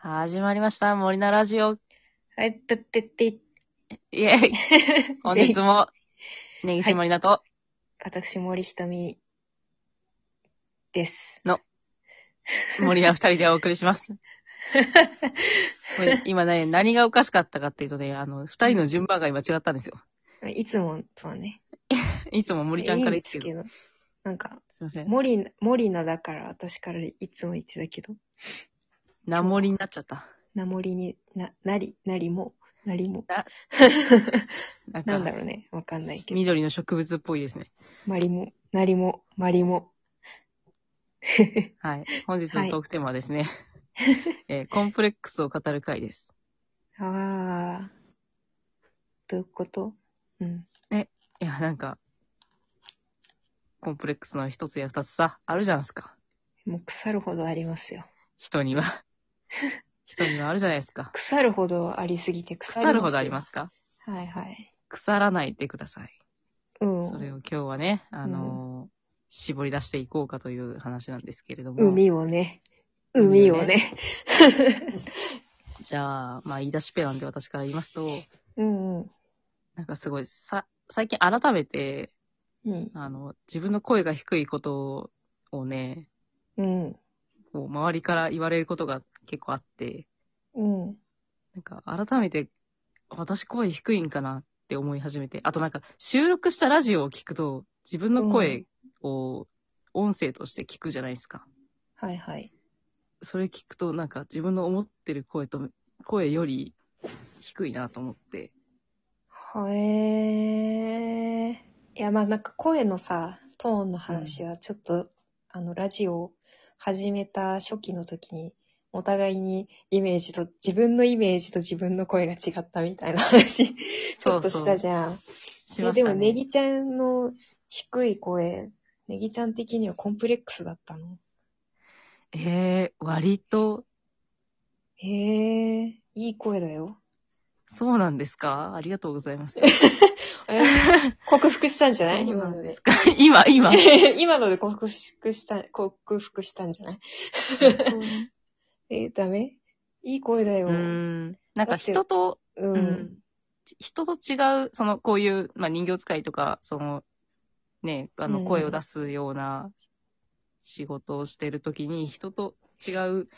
始まりました。森菜ラジオ。はい、てってって。イェイ。本日も、根岸森菜と、私、森ひとみです。森菜二人でお送りし ます。これ今ね、何がおかしかったかっていうとね、あの、二人の順番が今違ったんですよ。いつも、そうね。いつも森ちゃんから言ってるけいいんですけど。なんか、ど。すいません。森、森菜だから私からいつも言ってたけど、名森になっちゃった。名森にな、なり、なりも、なりも。なんか、 なんだろうね。わかんないけど。緑の植物っぽいですね。まりも、なりも、まりも。 はい。本日のトークテーマはですね、 えーコンプレックスを語る回です。ああ。どういうことうん。いや、なんか、コンプレックスの一つや二つさ、あるじゃないですか。もう腐るほどありますよ。人に は。人にはあるじゃないですか。腐るほどありすぎて腐。腐るほどありますすかはいはい。腐らないでください。うん。それを今日はね、あのー絞り出していこうかという話なんですけれども。海をね。海海ををね。じゃあ、まあ言い出しっぺなんで私から言いますと、 うんうん。なんかすごい、さ、最近改めて、うん。あの、自分の声が低いことをね、うん。こう周りから言われることが結構あって、うん。なんか改めて、私声低いんかなって思い始めて、あとなんか収録したラジオを聞くと、自分の声を音声として聞くじゃないですか。はいはい。それ聞くと、なんか自分の思ってる声と、声より低いなと思って。はえー。いや、まあなんか声のさ、トーンの話はちょっと、あの、ラジオを始めた初期の時に、お互いにイメージと、自分のイメージと自分の声が違ったみたいな話、ちょっとしたじゃん。しえましでたも、ね。ネギちゃんの低い声、ネギちゃん的にはコンプレックスだったのえー、割と、へえ、いい声だよ。そうなんですかありがとうございます。 え 克服したんじゃないそう今なのんで。ですか今、 今。今ので克服した、克服したんじゃないえ、ダメいい声だうよ。ーうん。ん。なんか人と、う。うんん。人と違う、その、こういう、まあ、人形使いとか、その、ね、あうの、ん声を出すような仕事をしてるときに、人と違う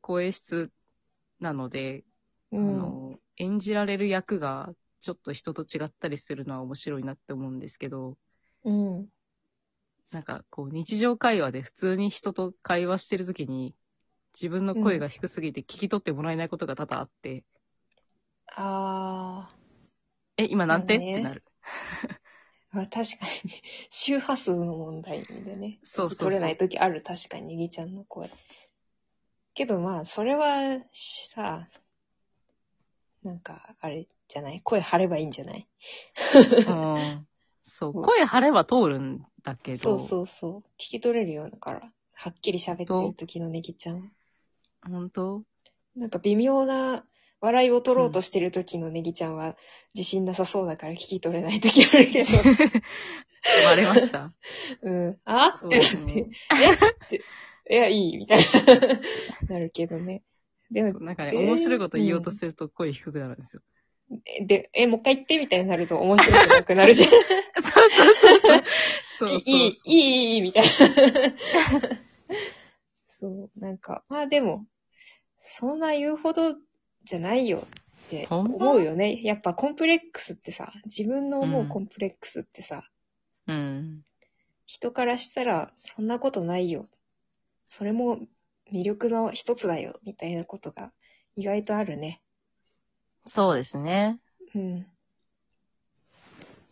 声質なので、うあん。の、演じられる役がちょっと人と違ったりするのは面白いなって思うんですけど、うん。なんかこう日常会話で普通に人と会話してるときに、自分の声が低すぎて聞き取ってもらえないことが多々あって、あえ、今なんて、まあねってなる。ー。まあ、確かに、 周波数の問題でね。そうそうそう取れない時ある、確かに、ネギちゃんの声。けどまあ、それは、さ、なんか、あれじゃない声張ればいいんじゃないうんそう、声張れば通るんだけど、そうそうそう。聞き取れるようだから。はっきり喋ってる時のネギちゃん。本当なんか微妙な笑いを取ろうとしてる時のネギちゃんは自信なさそうだから聞き取れない時あるけど。バレました。うん。あっそてうでなっすてね。。いや、いい、みたい な。なるけどね。でそうも、なんかね、えー面白いこと言おうとすると声低くなるんですよ。えで、え、もう一回言ってみたいになると面白くなくなるじゃ ん。そうそうそうそう。そうそうそう いい、いい、いい、みたいな。 そう、なんか、まあでも、そんな言うほどじゃないよってほんま思うよね。やっぱコンプレックスってさ、自分の思ううんコンプレックスってさ、うん。人からしたらそんなことないよ。それも魅力の一つだよ、みたいなことが意外とあるね。そうですね。うん。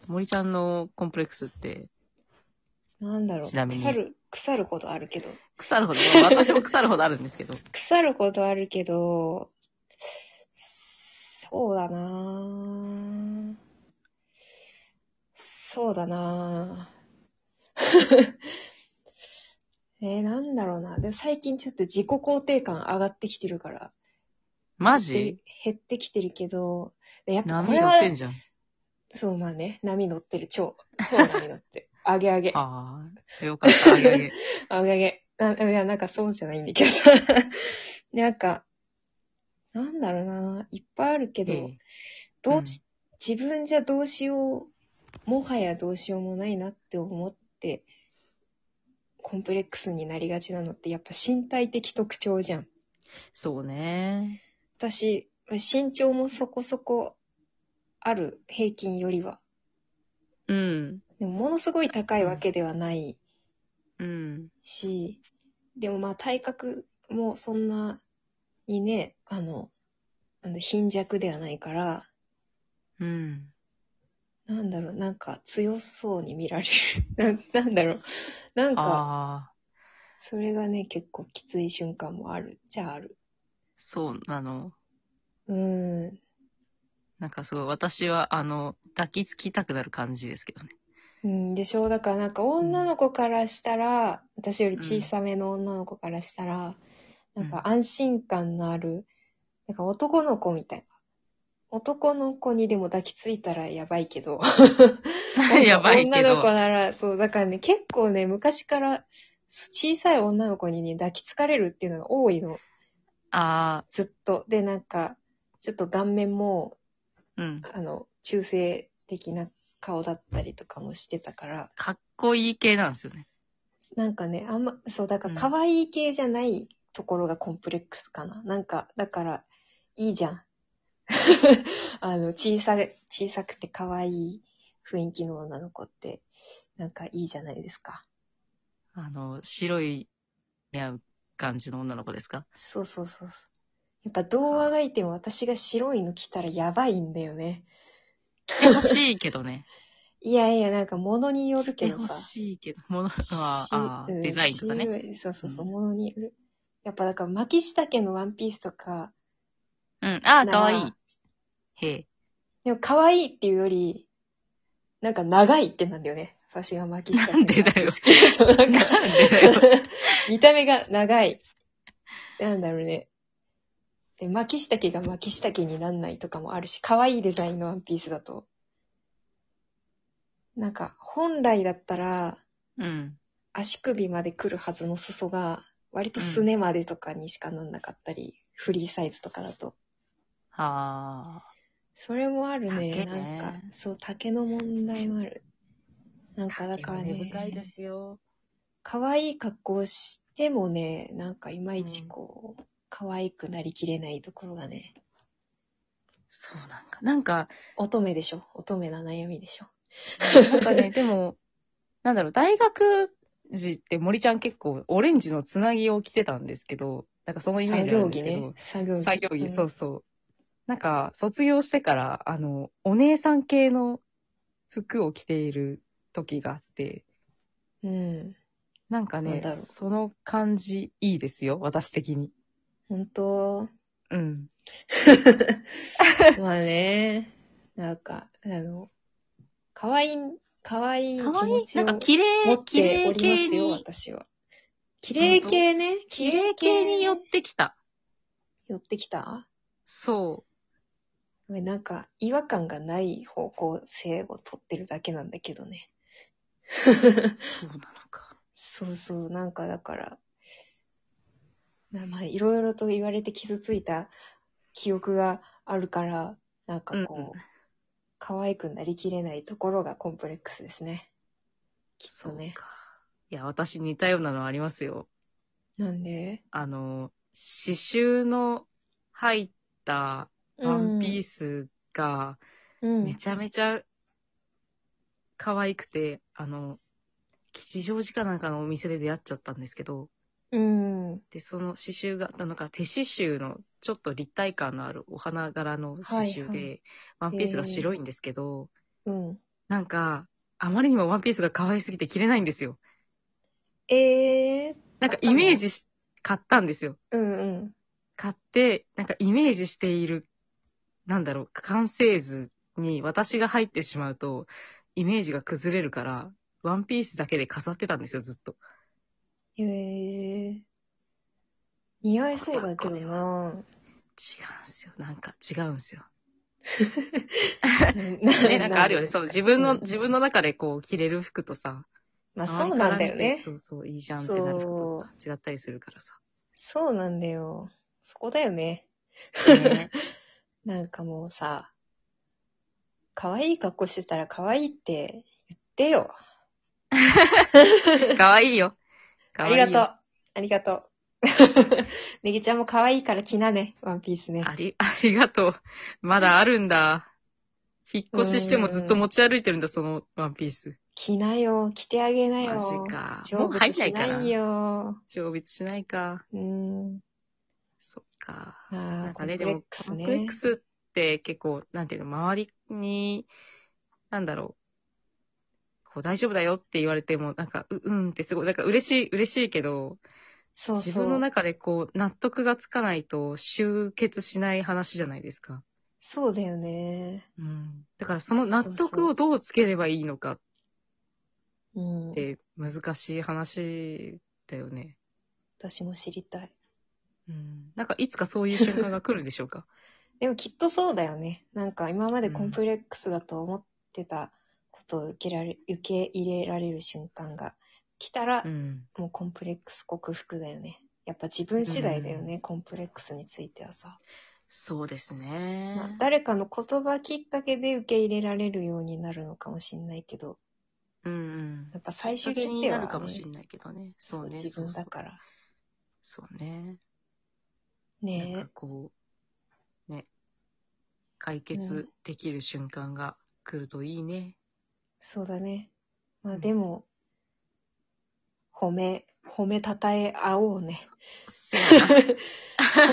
森ちゃんのコンプレックスって、なんだろう。ちなみに腐る、腐るほどあるけど。腐る ほど、まあ私も腐るほどあるんですけど。腐ることあるけど、そうだなぁそうだな ぁえー、なんだろうな。でも最近ちょっと自己肯定感上がってきてるから。マジ減ってきてるけど、でやっぱこ波れ乗はっ、てんじゃん。そうまあね、波乗ってる、超、超波乗 って。上げ上げ。ああ、よかった。あげあげ。 あ、いやいや、ないや、なんかそうじゃないんだけど。なんか、なんだろうな、いっぱいある けど、ええどうし、自分じゃどうしよう、もはやどうしようもないなって思って、コンプレックスになりがちなのって、やっぱ身体的特徴じゃん。そうね。私、身長もそこそこある、平均よりは。うん。でも、ものすごい高いわけではないうん。し、でもまあ体格もそんなにね、あの、あの貧弱ではないから、うん。なんだろう、なんか強そうに見られる。 ななんだろう、なんか、ああ、それがね、結構きつい瞬間もある。じゃあある。そうなの。うーん。なんかすごい、私は、あの、抱きつきたくなる感じですけどね。うん、でしょう。だからなんか女の子からしたら、私より小さめの女の子からしたら、うんなんか安心感のある、なんか男の子みたいな。男の子にでも抱きついたらやばいけど。 やばいけ女の子ど。なら、そう、だからね、結構ね、昔から小さい女の子にね、抱きつかれるっていうのが多いの。ああ、ずっと。で、なんか、ちょっと顔面も、うん。あの、中性的な顔だったりとかもしてたから、かっこいい系なんですよね。なんかね、あんま、そう、だからうん可愛い系じゃないところがコンプレックスかな。なんか、だから、いいじゃん。 あの、小さ、小さくて可愛い雰囲気の女の子って、なんかいいじゃないですか。あの、白い、似合う感じの女の子ですか そうそうそうそう。やっぱ童話がいても私が白いの着たらやばいんだよね。着て欲しいけどね。いやいや、なんか物による着てけど欲さ。しいけど。ものしは、あうーんデザインとかね。白いそうそうそう、うん物による。やっぱだから巻き下家のワンピースとか、うん。ああ、ならかわいい。へえ。でも可愛いっていうより、なんか長いってなんだよね。私が巻き下なんでだよ好きななんんでか、だよ。見た目が長い。なんだろうね。で、巻き下家が巻き下家になんないとかもあるし、可愛いデザインのワンピースだと。なんか、本来だったら、うん。足首まで来るはずの裾が、割とすねまでとかにしかなんなかったり、フリーサイズとかだと。ああ。それもあるね。丈ねなんか、そう、竹の問題もある。なんか、だから竹は根深いでね、すよ。可愛い格好をしてもね、なんか、いまいちこう、可愛くなりきれないところがね、そうなんか。なんか、乙女でしょ。乙女な悩みでしょ。なんかね、でも、なんだろう、大学時って森ちゃん結構オレンジのつなぎを着てたんですけど、なんかそのイメー作ジある業んで着すけどね。。作業着。作業着、んそうそう。なんか、卒業してから、あの、お姉さん系の服を着ている時があって、うん。なんかなんねだ、ろうその感じいいですよ、私的に。本 当うん。まあね、なんか、あの、可愛い、可愛い気かわい持い。ちなをんか、綺持麗、っ綺て麗おりま系すよ、に、私は。綺麗系ね。綺麗系に寄よってきた。寄ってきたそなんか、違和感がない方向性を取ってるだけなんだけどね。 う。そうなのか。そうそう、なんかだから、なまあ、いろいろと言われて傷ついた記憶があるから、なんかこう、うんうん可愛くなりきれないところがコンプレックスですね。きっとね。か。いや、私似たようなのありますよ。なんであの、刺繍の入ったワンピースが、うんめちゃめちゃ可愛くて、あの、吉祥寺かなんかのお店で出会っちゃったんですけど、うん。で、その刺繍が、なんか手刺繍のちょっと立体感のあるお花柄の刺繍で、はいはワンピースが白いんですけど、うん。なんか、あまりにもワンピースが可愛すぎて着れないんですよ。えー、なんかイメージし、買ったんですよ。うんうん。買って、なんかイメージしている、なんだろう、完成図に私が入ってしまうと、イメージが崩れるから、ワンピースだけで飾ってたんですよ、ずっと。えー、似合いそうだけどな違うんすよ、なんか違うん すよ。ね、 ねなんかあるよね。そう、自分の、うん自分の中でこう着れる服とさ、まあ周そりうかならん見だてよね。そうそう、いいじゃんってなる服とさ、違ったりするからさ。そうなんだよ。そこだよね。 ねなんかもうさ、可愛い格好してたら可愛いって言ってよ。かわいいよ。かあわいりいよがとう。ありがとう。 ネギちゃんも可愛いから着なね、ワンピースね。あり、ありがとう。まだあるんだ。引っ越ししてもずっと持ち歩いてるんだ、そのワンピース。着なよ、着てあげなよ。マジか。も成う入仏んなしいかならい。よ。成仏しないか。うん。そっか。あなあ、んかコンプレね、でもッ、クスコンね。プレックスって結構、なんていうの、周りに、なんだろう、こう大丈夫だよって言われても、なんか、う、うんってすごい、なんか嬉しい、嬉しいけど、そうそう。自分の中でこう、納得がつかないと集結しない話じゃないですか。そうだよね。うん。だからその納得をどうつければいいのかっうん。て難しい話だよね。私も知りたい。うん。なんかいつかそういう瞬間が来るんでしょうか。でもきっとそうだよね。なんか今までコンプレックスだと思ってたことを受けられ、受け入れられる瞬間が来たら、うん。もうコンプレックス克服だよね。やっぱ自分次第だよね、コンプレックスについてはさ。 そうですね。まあ、誰かの言葉きっかけで受け入れられるようになるのかもしんないけど、うんうん。やっぱ最終きっ的かけにになは、るかもしれないけどね。そそううね。自分だそうから。そうそうね。なんねかこう、ね、解決できる瞬間が来るといい ね。そうだね。まあうんでも、褒め、褒めたたえ合おうね。そう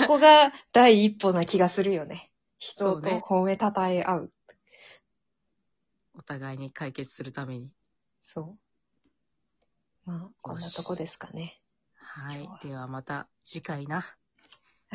そこが第一歩な気がするよね。人そうとね褒めたたえ合う。お互いに解決するために。そう,、まあ、こんなとこですかね。はい今日は。ではまた次回な。